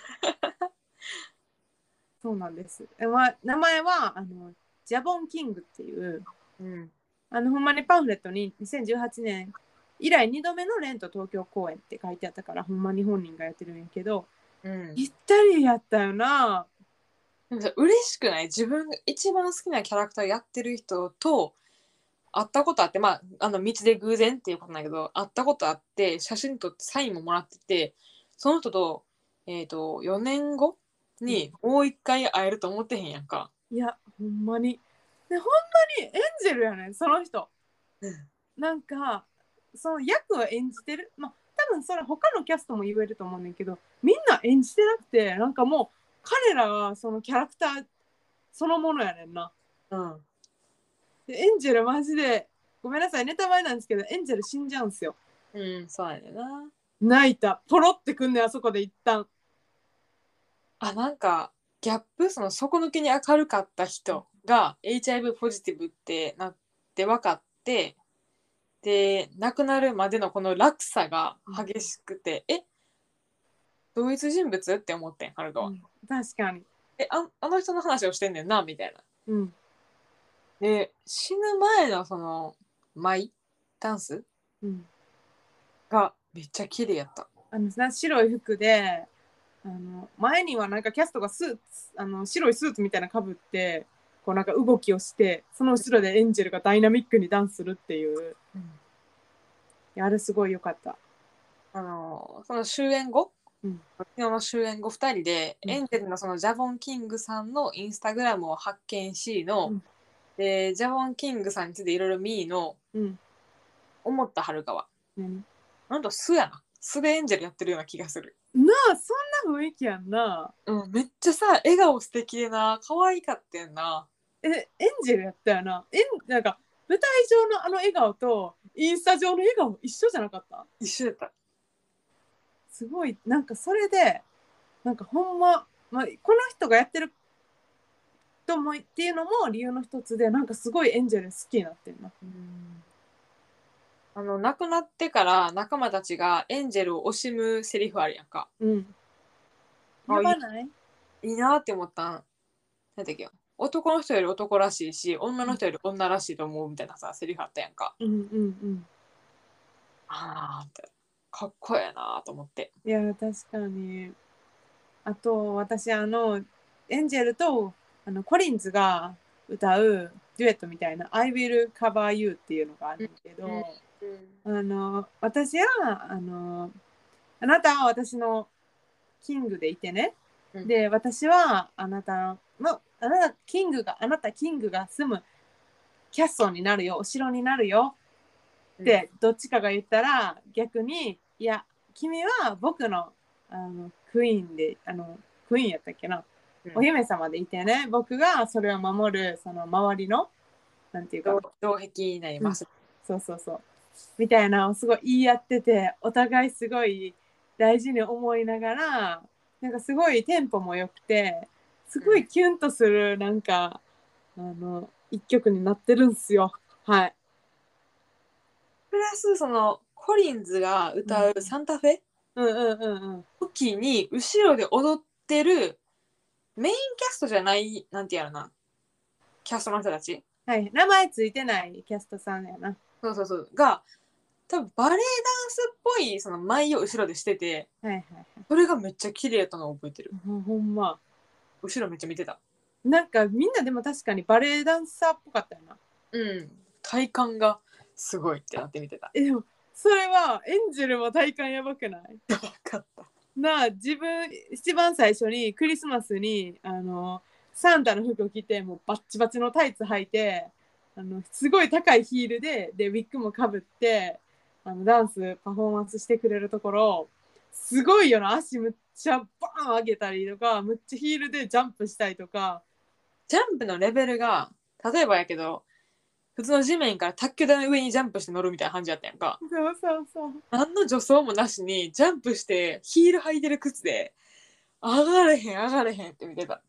S1: そうなんです、えまあ、名前はあのジャボン・キングっていう
S2: うん
S1: あのほんまにパンフレットに2018年以来2度目のレント東京公演って書いてあったからほんまに本人がやってるんやけど
S2: うん
S1: ぴったりやったよな
S2: なんか嬉しくない自分が一番好きなキャラクターやってる人と会ったことあってまああの道で偶然っていうことなんだけど会ったことあって写真撮ってサインももらっててその人と,、えー、と4年後にもう一回会えると思ってへんやんか。
S1: いやほんまにでほんまにエンジェルやねんその人なんかその役を演じてるまあ多分それ他のキャストも言えると思うねんだけどみんな演じてなくてなんかもう彼らがそのキャラクターそのものやねんな
S2: うん、
S1: でエンジェルマジでごめんなさいネタバレなんですけどエンジェル死んじゃうんすよ
S2: うん、そうやねんな。
S1: 泣いたポロってくんねんあそこで一旦
S2: あなんかギャップその底抜けに明るかった人が HIV ポジティブってなって分かってで亡くなるまでのこの落差が激しくて、え同一人物って思ってんハルドは、
S1: うん確かに
S2: えああの人の話をしてんねんなみたいな
S1: うん
S2: で死ぬ前のその舞ダンス
S1: うん、
S2: がめっちゃ綺麗やった。
S1: あのな白い服であの前にはなんかキャストがスーツあの白いスーツみたいなのかぶってこうなんか動きをしてその後ろでエンジェルがダイナミックにダンスするっていういやあれすごい良かった。
S2: あのその終演後、
S1: うん
S2: 昨日の終演後2人で、
S1: うん
S2: エンゼルのそのジャボン・キングさんのインスタグラムを発見しの、
S1: うん
S2: でジャボン・キングさんについていろいろ見ーの
S1: うん、
S2: 思ったはるかは
S1: 何
S2: なんと素やな素でエンジェルやってるような気がする、
S1: なあそんな雰囲気やんな
S2: うん、めっちゃさ笑顔素敵でな可愛かったよな
S1: えエンジェルやったよなえなんか舞台上のあの笑顔とインスタ上の笑顔一緒じゃなかった
S2: 一緒だった
S1: すごいなんかそれでなんかほんま、まあ、この人がやってるともっていうのも理由の一つでなんかすごいエンジェル好きになってるな
S2: あの亡くなってから仲間たちがエンジェルを惜しむセリフあるやんか
S1: うん
S2: あ
S1: やばない
S2: いいなって思ったんなんだっけ男の人より男らしいし女の人より女らしいと思うみたいなさセリフあったやんか
S1: うんうん
S2: あーってかっこええなと思って
S1: うんいや確かにあと私あのエンジェルとあのコリンズが歌うデュエットみたいな「I will cover you」っていうのがあるんだけど、あの私はあのあなたは私のキングでいてね、
S2: うん
S1: で私はあなたの、ま、あなたキングがあなたキングが住むキャッソンになるよお城になるよってどっちかが言ったら逆にいや君は僕のあのクイーンであのクイーンやったっけな、
S2: うん
S1: お姫様でいてね僕がそれを守るその周りのなんていうか
S2: 城城壁になります、
S1: そうそうそう。みたいなのをすごい言い合ってて、お互いすごい大事に思いながら、なんかすごいテンポも良くて、すごいキュンとする、なんか、あの、一曲になってるんすよ。はい。
S2: プラスそのコリンズが歌うサンタフェ
S1: うんうんうんうん。
S2: 時に後ろで踊ってるメインキャストじゃないなんてやろなキャストの人たち
S1: はい。名前ついてないキャストさんやな。
S2: そうそうそうが多分バレエダンスっぽいその舞を後ろでしてて
S1: はいはいはい。
S2: それがめっちゃ綺麗やったのを覚えてる
S1: ほんほんま。
S2: 後ろめっちゃ見てた
S1: なんかみんなでも確かにバレエダンサーっぽかったよな。
S2: うん体感がすごいってなって見てた
S1: え、でも、それはエンジェルも体感やばくない
S2: 分かった
S1: なあ自分一番最初にクリスマスにあのサンタの服を着てもうバッチバチのタイツ履いてあのすごい高いヒールででウィッグもかぶってあのダンスパフォーマンスしてくれるところすごいよな足むっちゃバーン上げたりとかむっちゃヒールでジャンプしたりとか
S2: ジャンプのレベルが例えばやけど普通の地面から卓球台の上にジャンプして乗るみたいな感じやったやんか
S1: そうそうそう
S2: 何の助走もなしにジャンプしてヒール履いてる靴で上がれへん上がれへんって見てた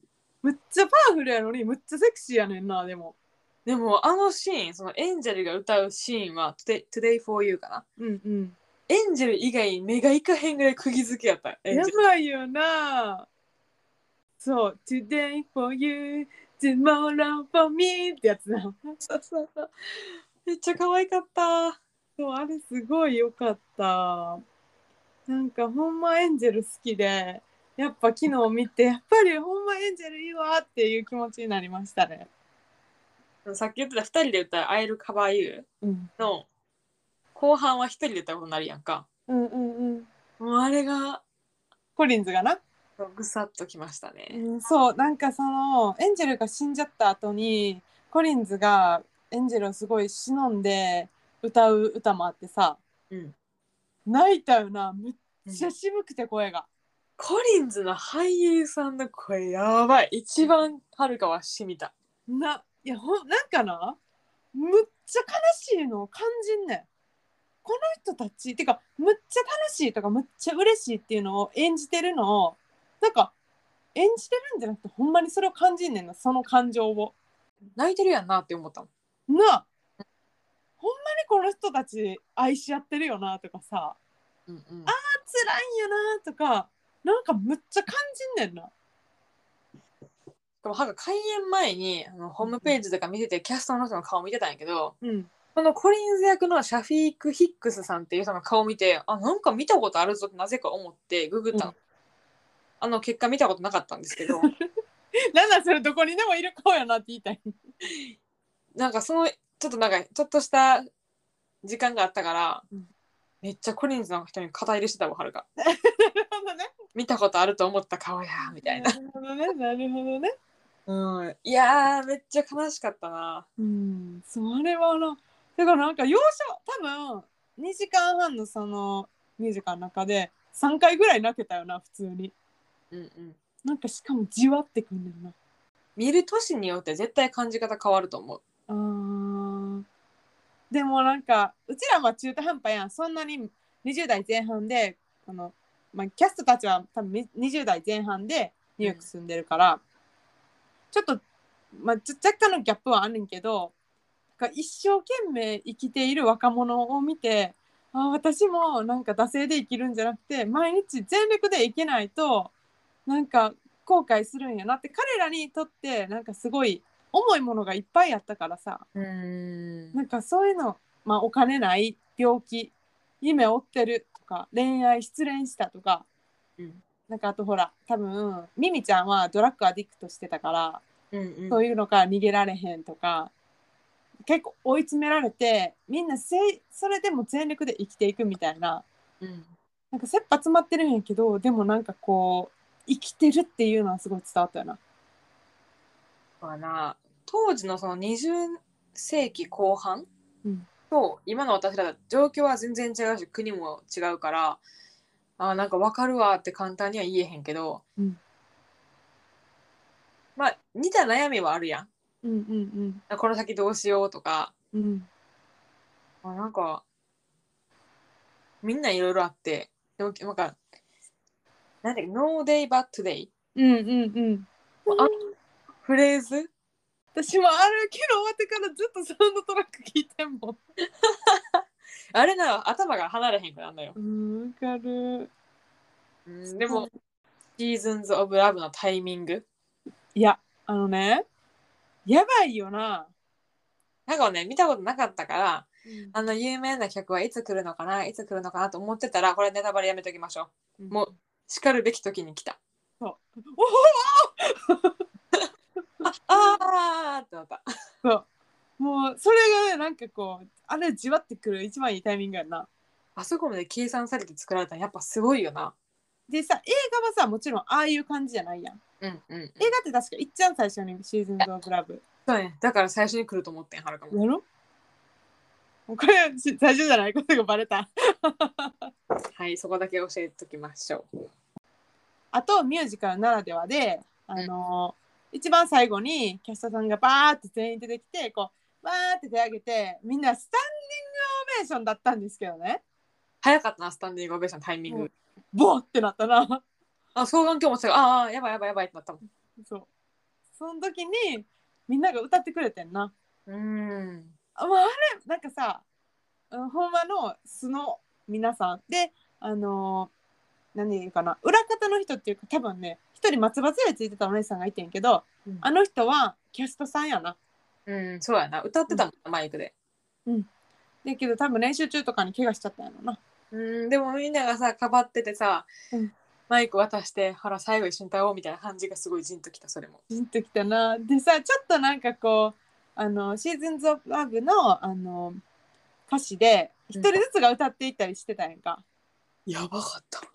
S1: むっちゃパワフルやのにむっちゃセクシーやねんなでも
S2: でもあのシーンそのエンジェルが歌うシーンは「Today, Today for You」かな
S1: うんうん
S2: エンジェル以外に目がいかへんぐらい釘付けやったエン
S1: や
S2: ジェル
S1: ばいよなそう「Today for you tomorrow for me」ってやつな
S2: そうそうそうめっちゃ可愛かった
S1: そうあれすごい良かったなんかほんまエンジェル好きでやっぱ昨日見てやっぱりほんまエンジェルいいわっていう気持ちになりましたね
S2: さっき言ってた2人で歌う「I'll cover you
S1: うん」
S2: の後半は1人で歌うことになるやんか
S1: うんうんうん
S2: もうあれが
S1: コリンズがな
S2: ぐさっときましたね
S1: うんそうなんかそのエンジェルが死んじゃった後にコリンズがエンジェルをすごい忍んで歌う歌もあってさ、
S2: うん
S1: 泣いたよなむっち
S2: う
S1: ゃ
S2: ん
S1: 渋くて声が、
S2: コリンズの俳優さんの声やばい一番はるかはしみた
S1: ないやほんなんかなむっちゃ悲しいのを感じんねんこの人たちてかむっちゃ楽しいとかむっちゃ嬉しいっていうのを演じてるのをなんか演じてるんじゃなくてほんまにそれを感じんねんなその感情を。
S2: 泣いてるやんなって思ったもん
S1: なあほんまにこの人たち愛し合ってるよなとかさ
S2: うんうん
S1: 辛いんやなとかなんかむっちゃ感じんねんな
S2: でも歯が開演前にあのホームページとか見ててキャスターの人の顔見てたんやけど、
S1: うん。
S2: このコリンズ役のシャフィーク・ヒックスさんっていう人の顔見てあなんか見たことあるぞってなぜか思ってググったの、
S1: うん
S2: あの結果見たことなかったんですけど
S1: なんなんそれどこにでもいる顔やなって言いたい。
S2: なんかそのちょっとなんかちょっとした時間があったから、
S1: うん
S2: めっちゃコリンズの人に肩入れしてたわはるか
S1: なるほどね。
S2: 見たことあると思った顔やみたいな、
S1: なるほどね。なるほどね。
S2: うん、いやーめっちゃ悲しかったな
S1: うん。それはな。だからなんか要所多分2時間半のそのミュージカルの中で3回ぐらい泣けたよな普通に。
S2: うんうん
S1: なんかしかもじわってくんだよな。
S2: 見る年によって絶対感じ方変わると思う
S1: あーでもなんかうちらは中途半端やんそんなに20代前半でこの、まあ、キャストたちは多分み20代前半でニューヨーク住んでるから、ちょっと、まあ、ちょ若干のギャップはあんねんけどなんか一生懸命生きている若者を見てあー私もなんか惰性で生きるんじゃなくて毎日全力で生きないとなんか後悔するんやなって彼らにとってなんかすごい重いものがいっぱいあったからさ
S2: うん
S1: なんかそういうの、まあ、お金ない病気夢追ってるとか恋愛失恋したとか
S2: うん
S1: なんかあとほら多分ミミちゃんはドラッグアディクトしてたから
S2: うん
S1: そういうのから逃げられへんとか結構追い詰められてみんなせいそれでも全力で生きていくみたいな
S2: うん
S1: なんか切羽詰まってるんやけどでもなんかこう生きてるっていうのはすごい伝わったよな。
S2: まあな当時のその20世紀後半
S1: うん
S2: と今の私ら状況は全然違うし国も違うからあーなんか分かるわって簡単には言えへんけど、
S1: うん
S2: まあ似た悩みはあるや
S1: うんうん
S2: んこの先どうしようとか
S1: うんうん
S2: あなんかみんないろいろあってでもなんかなんだっけ「No day but today
S1: うんうんうん」
S2: フレーズ
S1: 私もあるけど終わってからずっとサウンドトラック聞いてんもん。
S2: あれな頭が離れへんくなるのよ。
S1: うん、わかる。
S2: うんでも、シーズンズ・オブ・ラブのタイミング。
S1: いや、あのね、やばいよな。
S2: なんかね、見たことなかったから、あの、有名な曲はいつ来るのかな、いつ来るのかなと思ってたら、これネタバレやめときましょう。
S1: うん
S2: もう、叱るべき時に来た。
S1: おほ
S2: あーってなった。
S1: そうもう、それがね、なんかこう、あれじわってくる一番いいタイミングやんな。
S2: あそこまで計算されて作られたのやっぱすごいよな。
S1: でさ、映画はさ、もちろんああいう感じじゃないやん。映
S2: うんうん。
S1: 画って確かいっちゃん最初にシーズンズ・オブ・ラブ。
S2: そうね。だから最初に来ると思ってん、はるかも。
S1: やろもうこれし最初じゃない <laughs> ことがバレた。
S2: はい、そこだけ教えときましょう。
S1: あとミュージカルならではで、あの一番最後にキャストさんがバーって全員出てきてこうバーって手挙げてみんなスタンディングオベーションだったんですけどね
S2: 早かったな、スタンディングオベーションのタイミング。
S1: うんボーってなったな <laughs>
S2: あ、双眼鏡も違う。ああ、やばいやばいやばいってなったもん。
S1: そうその時にみんなが歌ってくれてんな
S2: うーん。
S1: あ,、まあ、あれなんかさうんほんまの素の皆さんであの何言うかな裏方の人っていうか多分ね一人松葉杖ついてたお姉さんがいてんけど、
S2: うん
S1: あの人はキャストさんやな
S2: うん、そうやな。歌ってたもんな、マイクで。
S1: だけど多分練習中とかに怪我しちゃったんやろな。
S2: うん、でもみんながさ、かばっててさ、
S1: うん
S2: マイク渡して、ほら、最後一緒に歌おうみたいな感じがすごいじんときた、それも。
S1: ピンときたな。でさちょっとなんかこうあのシーズンズ・オブ・ラブのあの歌詞で
S2: うん
S1: 一人ずつが歌っていったりしてたやんか。
S2: やばかった。
S1: もう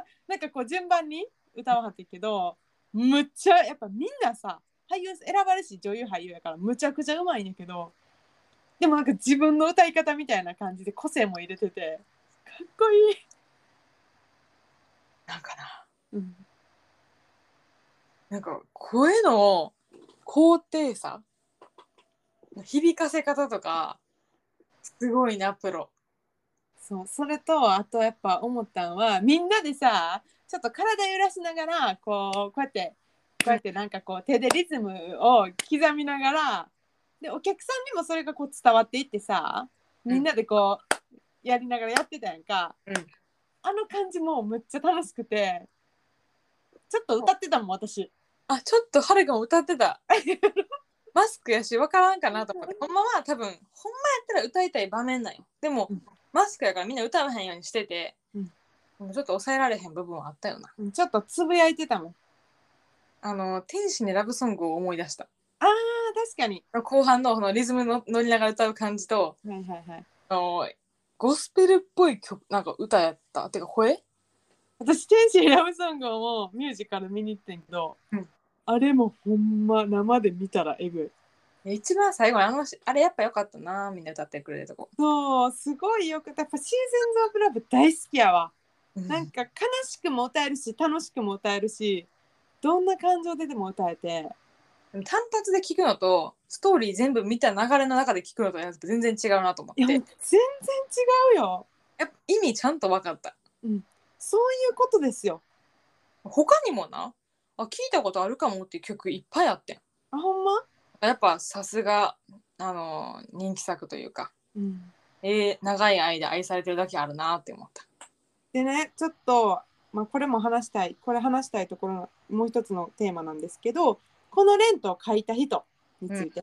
S1: さなんかこう順番に歌わはってんけどむっちゃやっぱみんなさ俳優選ばれし女優俳優やからむちゃくちゃうまいんやけどでもなんか自分の歌い方みたいな感じで個性も入れててかっこいい。
S2: なんかな、
S1: うん、
S2: なんか声の高低差響かせ方とか、すごいな、プロ。
S1: そうそれとあとやっぱ思ったんはみんなでさちょっと体揺らしながらこうこうやってこうやってなんかこう手でリズムを刻みながらでお客さんにもそれがこう伝わっていってさみんなでこうやりながらやってたやんか、
S2: うん
S1: あの感じもむっちゃ楽しくてちょっと歌ってたもん私
S2: あちょっとはるかも歌ってた <laughs> マスクやし分からんかなと思ってほんまは多分ほんまやったら歌いたい場面なんよでも、
S1: うん
S2: マスクやからみんな歌わへんようにしてて、
S1: うん
S2: もうちょっと抑えられへん部分はあったよな
S1: うんちょっとつぶやいてたもん。
S2: あの天使にラブソングを思い出した
S1: あー確かに。
S2: 後半のこのリズムの乗りながら歌う感じと
S1: はいはいはい。
S2: あのゴスペルっぽい曲なんか歌やったてか声
S1: 私、天使にラブソングをミュージカル見に行ってんけど、
S2: うん
S1: あれもほんま生で見たらえぐい。
S2: 一番最後のあのしあれやっぱ良かったなみんな歌ってくれるとこ、
S1: そう、すごいよくて、やっぱシーズンズ・オブ・ラブ大好きやわ。
S2: うん
S1: なんか悲しくも歌えるし、楽しくも歌えるし、どんな感情ででも歌えて、
S2: 単発で聞くのとストーリー全部見た流れの中で聞くのとやっぱ全然違うなと思っ
S1: い
S2: て
S1: や、全
S2: や
S1: 然違うよ。
S2: っぱ意味ちゃんと分かった
S1: そういうことですよ。
S2: 他にもなあ聞いたことあるかもっていう曲いっぱいあってん
S1: あ、ほんま
S2: やっぱさすがあの人気作というか、
S1: うん。
S2: えー長い間愛されてるだけあるなって思った
S1: でね、ちょっと、まあ、これも話したい、これ話したいところの、もう一つのテーマなんですけど、このレントを書いた人について、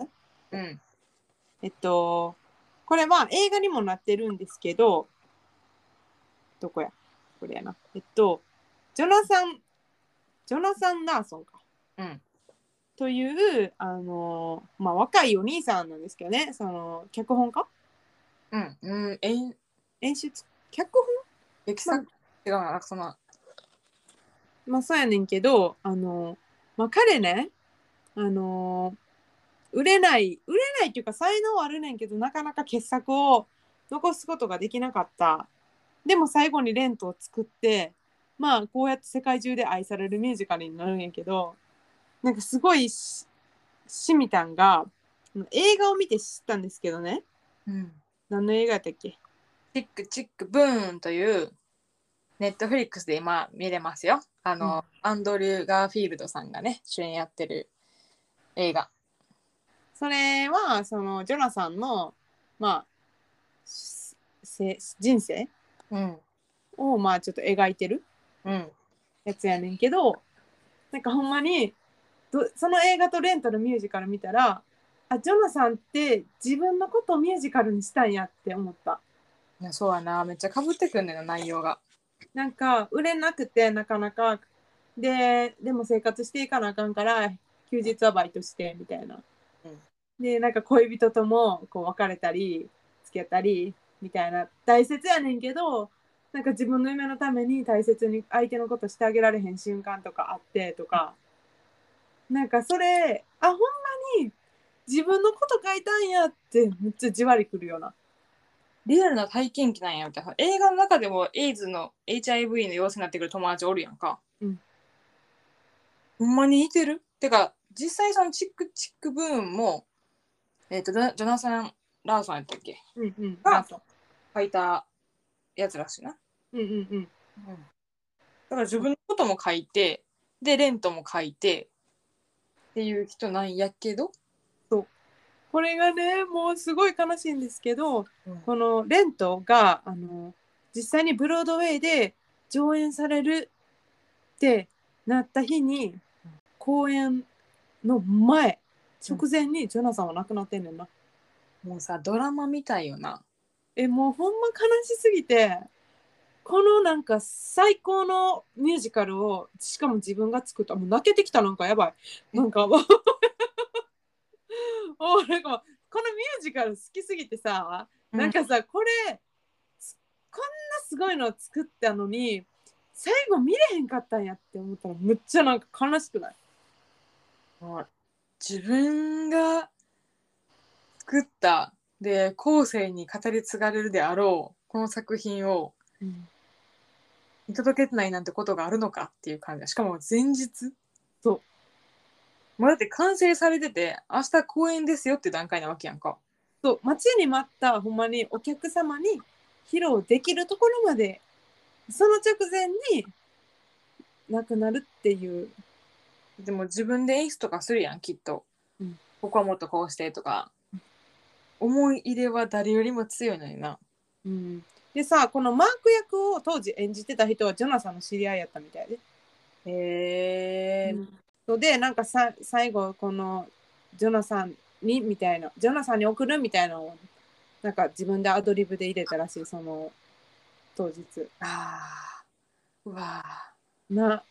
S2: うん
S1: えっと、これは映画にもなってるんですけど、どこやこれやな。えっと、ジョナサン、ジョナサン・ナーソンか。
S2: うん
S1: という、あのまあ、若いお兄さんなんですけどね、その、脚本家
S2: うんうんえん
S1: 演出脚本
S2: 劇作違うななんかその
S1: まあそうやねんけどあの、まあ、彼ねあの売れない売れないっていうか才能はあるねんけどなかなか傑作を残すことができなかったでも最後にレントを作ってまあこうやって世界中で愛されるミュージカルになるんやけどなんかすごいししみたんが映画を見て知ったんですけどね
S2: うん
S1: 何の映画やったっけ
S2: チックチックブーンというネットフリックスで今見れますよ。あの、アンドリュー・ガーフィールドさんがね主演やってる映画。
S1: それはそのジョナサンのまあしせ人生
S2: うん
S1: をまあちょっと描いてる
S2: うん
S1: やつやねんけどなんかほんまにどその映画とレントのミュージカル見たらあジョナさんって自分のことをミュージカルにしたんやって思った
S2: いやそうやなめっちゃかぶってくんねんな内容が。
S1: なんか売れなくてなかなかででも生活していかなあかんから休日はバイトしてみたいな、
S2: うん
S1: でなんか恋人ともこう別れたり付き合ったりみたいな大切やねんけどなんか自分の夢のために大切に相手のことしてあげられへん瞬間とかあってとかなんかそれあほんまに自分のこと書いたんやってめっちゃじわりくるような
S2: リアルな体験記なんやみたいな。映画の中でもエイズの HIV の陽性になってくる友達おるやんか。
S1: うん
S2: ほんまに似てるてか実際そのチックチックブーンも、えっとジョジョナサン・ラーソンやったっけ
S1: うんうん
S2: あ
S1: あそう
S2: 書いたやつらしいな。
S1: うんうんうん
S2: だから自分のことも書いてでレントも書いてっていう人なんやけど、
S1: これがねもうすごい悲しいんですけどこのレントがあの実際にブロードウェイで上演されるってなった日に公演の前直前にジョナサンは亡くなってんねんな。
S2: もうさドラマみたいよな
S1: えもうほんま悲しすぎてこのなんか最高のミュージカルをしかも自分が作ったもう泣けてきたなんかやばいなんかもう <laughs> もうなんかもうこのミュージカル好きすぎてさなんかさ、これすこんなすごいのを作ったのに最後見れへんかったんやって思ったらむっちゃなんか悲しくない
S2: うん自分が作ったで後世に語り継がれるであろうこの作品を見届けてないなんてことがあるのかっていう感じだしかも前日
S1: そう
S2: もうだって完成されてて明日公演ですよって段階なわけやんか
S1: そう待ちに待ったほんまにお客様に披露できるところまでその直前になくなるっていう
S2: でも自分で演出とかするやんきっと、
S1: うん
S2: ここはもっとこうしてとか、思い入れは誰よりも強いのにな
S1: でさこのマーク役を当時演じてた人はジョナサンの知り合いやったみたいで、
S2: へえ、
S1: のでなんかさ最後このジョナサンにみたいなジョナサンに送るみたいなのをなんか自分でアドリブで入れたらしいその当日
S2: あーうわー
S1: な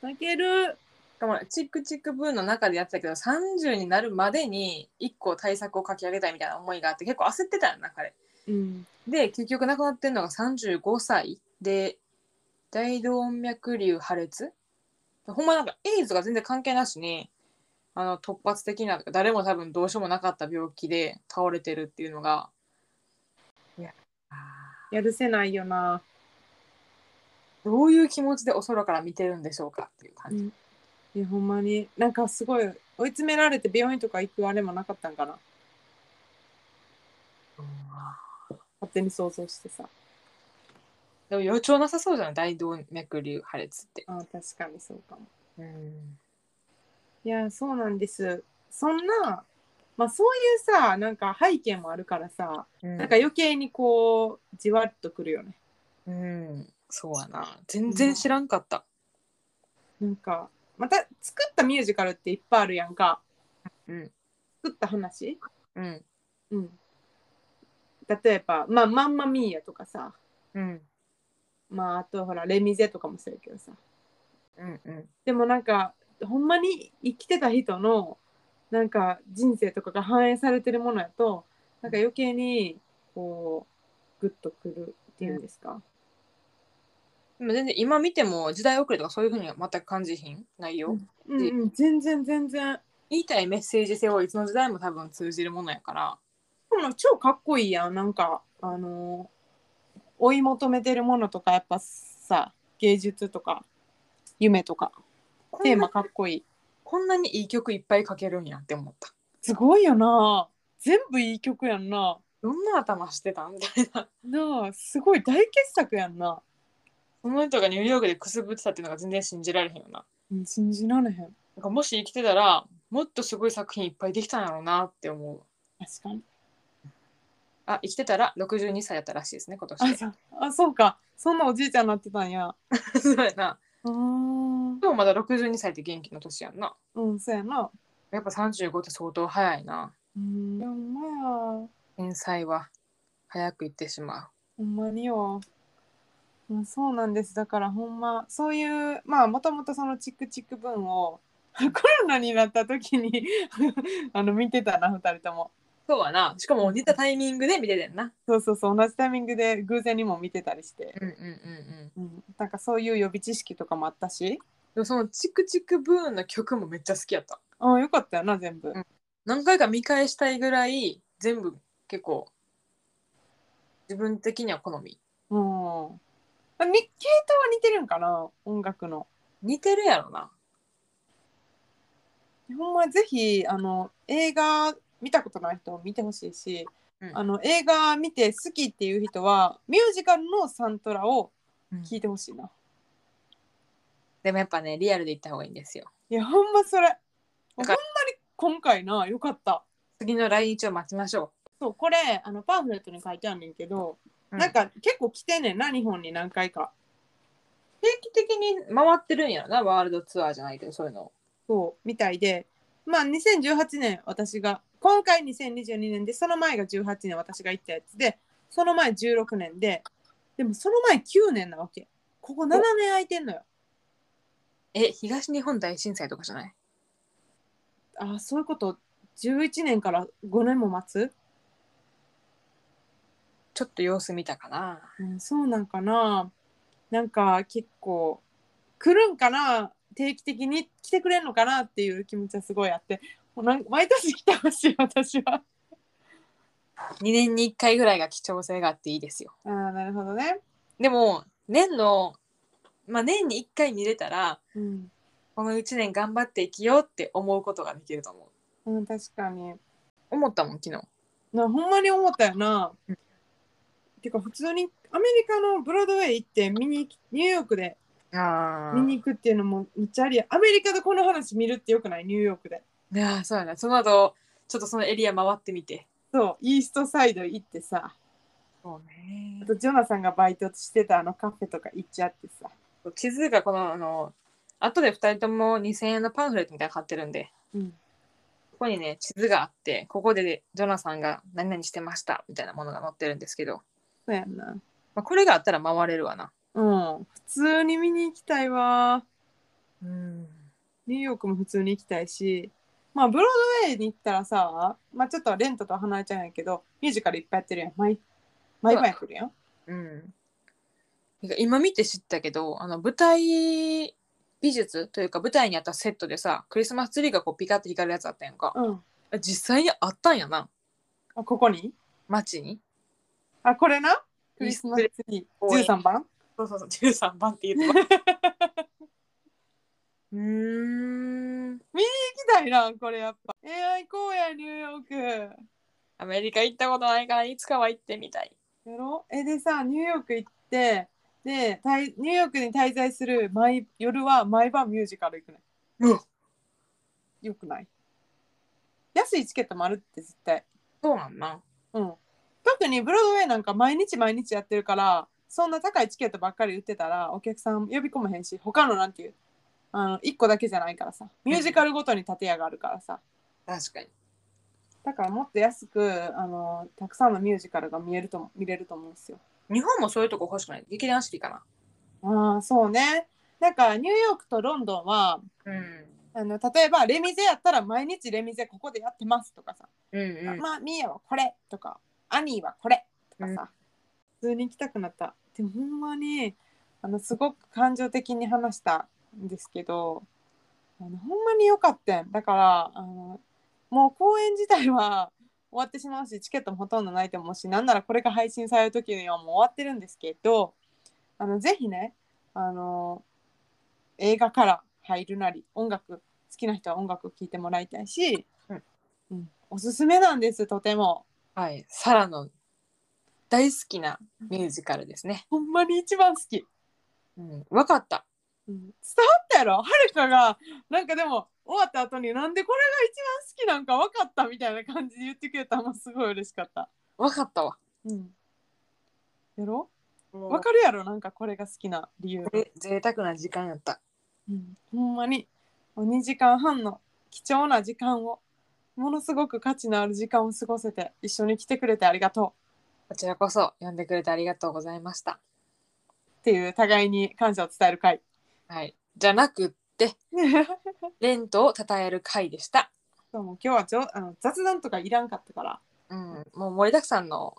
S1: 泣ける
S2: しかもチックチックブーンの中でやってたけど30になるまでに1個対策を書き上げたいみたいな思いがあって結構焦ってたよな彼
S1: うん
S2: で結局亡くなってんのが35歳で大動脈瘤破裂ほんまなんかエイズが全然関係なしにあの突発的な誰も多分どうしようもなかった病気で倒れてるっていうのがいや
S1: やるせないよな、
S2: どういう気持ちでお空から見てるんでしょうかっていう感じ、
S1: いやほんまになんかすごい追い詰められて病院とか行くあれもなかったんかな勝手に想像してさ
S2: でも予兆なさそうじゃない大動脈瘤破裂って。
S1: あー確かにそうかも
S2: うん
S1: いやそうなんですそんなまあそういうさなんか背景もあるからさ
S2: な
S1: なんんか余計にこうじわっとくるよね
S2: うん、そうやな。全然知らんかった。
S1: なんかまた作ったミュージカルっていっぱいあるやんか
S2: うん、
S1: 作った話
S2: うん、
S1: うん例えばまあマンマミーヤとかさ
S2: うん、
S1: まああとほらレミゼとかもそうやけどさ
S2: うん、うん。
S1: でもなんかほんまに生きてた人のなんか人生とかが反映されてるものやとなんか余計にこうグッとくるっていうんですか、
S2: でも全然今見ても時代遅れとかそういうふうには全く感じひん内容、
S1: うんうん、全然全然
S2: 言いたいメッセージ性はいつの時代も多分通じるものやから。
S1: でも超かっこいいやんなんかあのー追い求めてるものとかやっぱさ芸術とか夢とかテーマかっこいい
S2: こんなにいい曲いっぱい書けるんやって思った。
S1: すごいよな全部いい曲やんな
S2: どんな頭してたみたいな。
S1: なあすごい大傑作やんな、
S2: その人がニューヨークでくすぶってたっていうのが全然信じられへんよな。
S1: うん、信じられへん
S2: なんかもし生きてたらもっとすごい作品いっぱいできたんやろうなって思う。
S1: 確かに
S2: あ生きてたら62歳やったらしいですね今
S1: あ
S2: 年
S1: そあそうかそんなおじいちゃんになってたんやあ
S2: そうやな
S1: ーうん
S2: でもまだ62歳って元気の年やんな
S1: そうやな
S2: やっぱ35って相当早いな
S1: うんほんまや
S2: 天才は早く行ってしま
S1: ほんまによ。うん、そうなんです。だからほんま、そういう、まあもともとそのチックチック文を <laughs> コロナになった時に <laughs> あの見てたな、二人とも。
S2: うそうはなしかも似たタイミングで見ててんな
S1: そうそうそう、同じタイミングで偶然にも見てたりして。
S2: うんうんうんうん
S1: うん、なんかそういう予備知識とかもあったし、
S2: でもそのチクチクブーンの曲もめっちゃ好きやった
S1: ああよかったよな、全部。
S2: ん何回か見返したいぐらい全部結構自分的には好み
S1: うん。あに系統は似てるんかな、音楽の。
S2: 似てるやろな
S1: ほんまぜひあの映画見たことない人も見てほしいし、
S2: うん
S1: あの映画見て好きっていう人はミュージカルのサントラを聞いてほしいな、
S2: でもやっぱねリアルで行った方がいいんですよ
S1: いやほんまそれほ
S2: だ
S1: ん
S2: か
S1: ま
S2: ら
S1: に今回なよかった
S2: 次の来日を待ちましょ
S1: そうこれあのパンフレットに書いてあんねんけど、
S2: うん
S1: なんか結構来てんねんな日本に何回か
S2: う定期的に回ってるんやろなワールドツアーじゃないけどそういうのを
S1: そうみたいでまあ2018年私が今回2022年でその前が18年私が行ったやつでその前16年ででもその前9年なわけここ7年空いてんのよ
S2: え、東日本大震災とかじゃない
S1: ああそういうこと11年から5年も待つ、
S2: ちょっと様子見たかな。
S1: うん、そうなんかななんか結構来るんかな定期的に来てくれんのかなっていう気持ちはすごいあってもうなん毎年来てほしい私は
S2: 2年に1回ぐらいが貴重性があっていいですよ。
S1: ああなるほどね
S2: でも、年の、まあ年に1回見れたら、
S1: うん
S2: この1年頑張って生きようって思うことができると思
S1: うん、確かに
S2: う。思ったもん、昨日。
S1: なほんまに思ったよな。
S2: う
S1: てか普通にアメリカのブロードウェイ行って見に行きニューヨークで
S2: あ
S1: 見に行くっていうのもめっちゃありやアメリカでこの話見るってよくないニューヨークで
S2: いやーそうやな。その後、ちょっとそのエリア回ってみて。
S1: そうイーストサイド行ってさ
S2: そうね
S1: あとジョナさんがバイトしてたあのカフェとか行っちゃってさ
S2: 地図がこの、あの、後で2人とも2000円のパンフレットみたいなの買ってるんで、
S1: うん
S2: ここにね、地図があって、ここでジョナさんが何々してましたみたいなものが載ってるんですけど、
S1: そうやんな
S2: まあ、これがあったら回れるわな。
S1: うん普通に見に行きたいわ
S2: うん。
S1: ニューヨークも普通に行きたいしまあブロードウェイに行ったらさまあちょっとレントとは離れちゃうんやけどミュージカルいっぱいやってるやん毎毎晩やってるやん
S2: うん。なんか今見て知ったけど、あの舞台美術というか舞台にあったセットでさ、クリスマスツリーがこうピカって光るやつあったやんか。
S1: うん
S2: 実際にあったんやな、
S1: あここに
S2: 街に。
S1: あこれなクリスマスツリー
S2: 公園
S1: 13番
S2: そうそうそう、13番って言うとこ。 <laughs> うーん。
S1: 行きたいなこれやっぱえー、行こうやニューヨーク
S2: アメリカ行ったことないから、いつかは行ってみたい。
S1: やろえでさニューヨーク行ってでたいニューヨークに滞在する毎夜は毎晩ミュージカル行くね
S2: うわ
S1: よくない安いチケットもあるって絶対
S2: そうなんな。
S1: うん特にブロードウェイなんか毎日毎日やってるからそんな高いチケットばっかり売ってたらお客さん呼び込まへんし他のなんていうあの1個だけじゃないからさミュージカルごとに建屋があるからさ
S2: 確かに。
S1: だからもっと安くあのたくさんのミュージカルが見えると見れると思うんですよ
S2: 日本もそういうとこ欲しくない。劇団四季かな。
S1: ああそうねなんかニューヨークとロンドンは
S2: うん。
S1: あの例えばレミゼやったら毎日レミゼここでやってますとかさ、
S2: うんうん。
S1: まあミーヤはこれとかアニーはこれとかさ、普通に行きたくなったでもほんまにあのすごく感情的に話したんですけどあのほんまに良かったんだからあのもう公演自体は終わってしまうしチケットもほとんどないと思うしなんならこれが配信される時にはもう終わってるんですけどあのぜひねあの映画から入るなり音楽好きな人は音楽を聴いてもらいたいし、
S2: うん
S1: うんおすすめなんですとても。
S2: はい。サラの大好きなミュージカルですね。
S1: ほんまに一番好き。
S2: うん。わかった。
S1: うん、伝わったやろはるかがなんかでも終わった後になんでこれが一番好きなんか分かったみたいな感じで言ってくれたのすごい嬉しかった。
S2: わかったわ。
S1: うん、やろ
S2: わ
S1: 分かるやろなんかこれが好きな理由。
S2: る。贅沢な時間やった。
S1: うん、ほんまに2時間半の貴重な時間をものすごく価値のある時間を過ごせて一緒に来てくれてありがと
S2: こちらこそ呼んでくれてありがとうございました。
S1: うっていう互いに感謝を伝える <laughs> 会
S2: はい。じゃなくって、
S1: そ
S2: レントを称える回でした。
S1: うもう今日はじょあの雑談とかいらんかったから
S2: うん。もう盛りだくさんの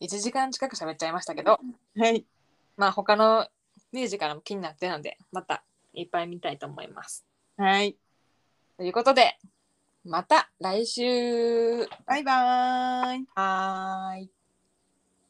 S2: 1時間近く喋っちゃいましたけど、
S1: はい
S2: まあ他のミュージカルも気になってるので、またいっぱい見たいと思います。
S1: はい
S2: ということで、また来週
S1: バイバーイ
S2: はーい。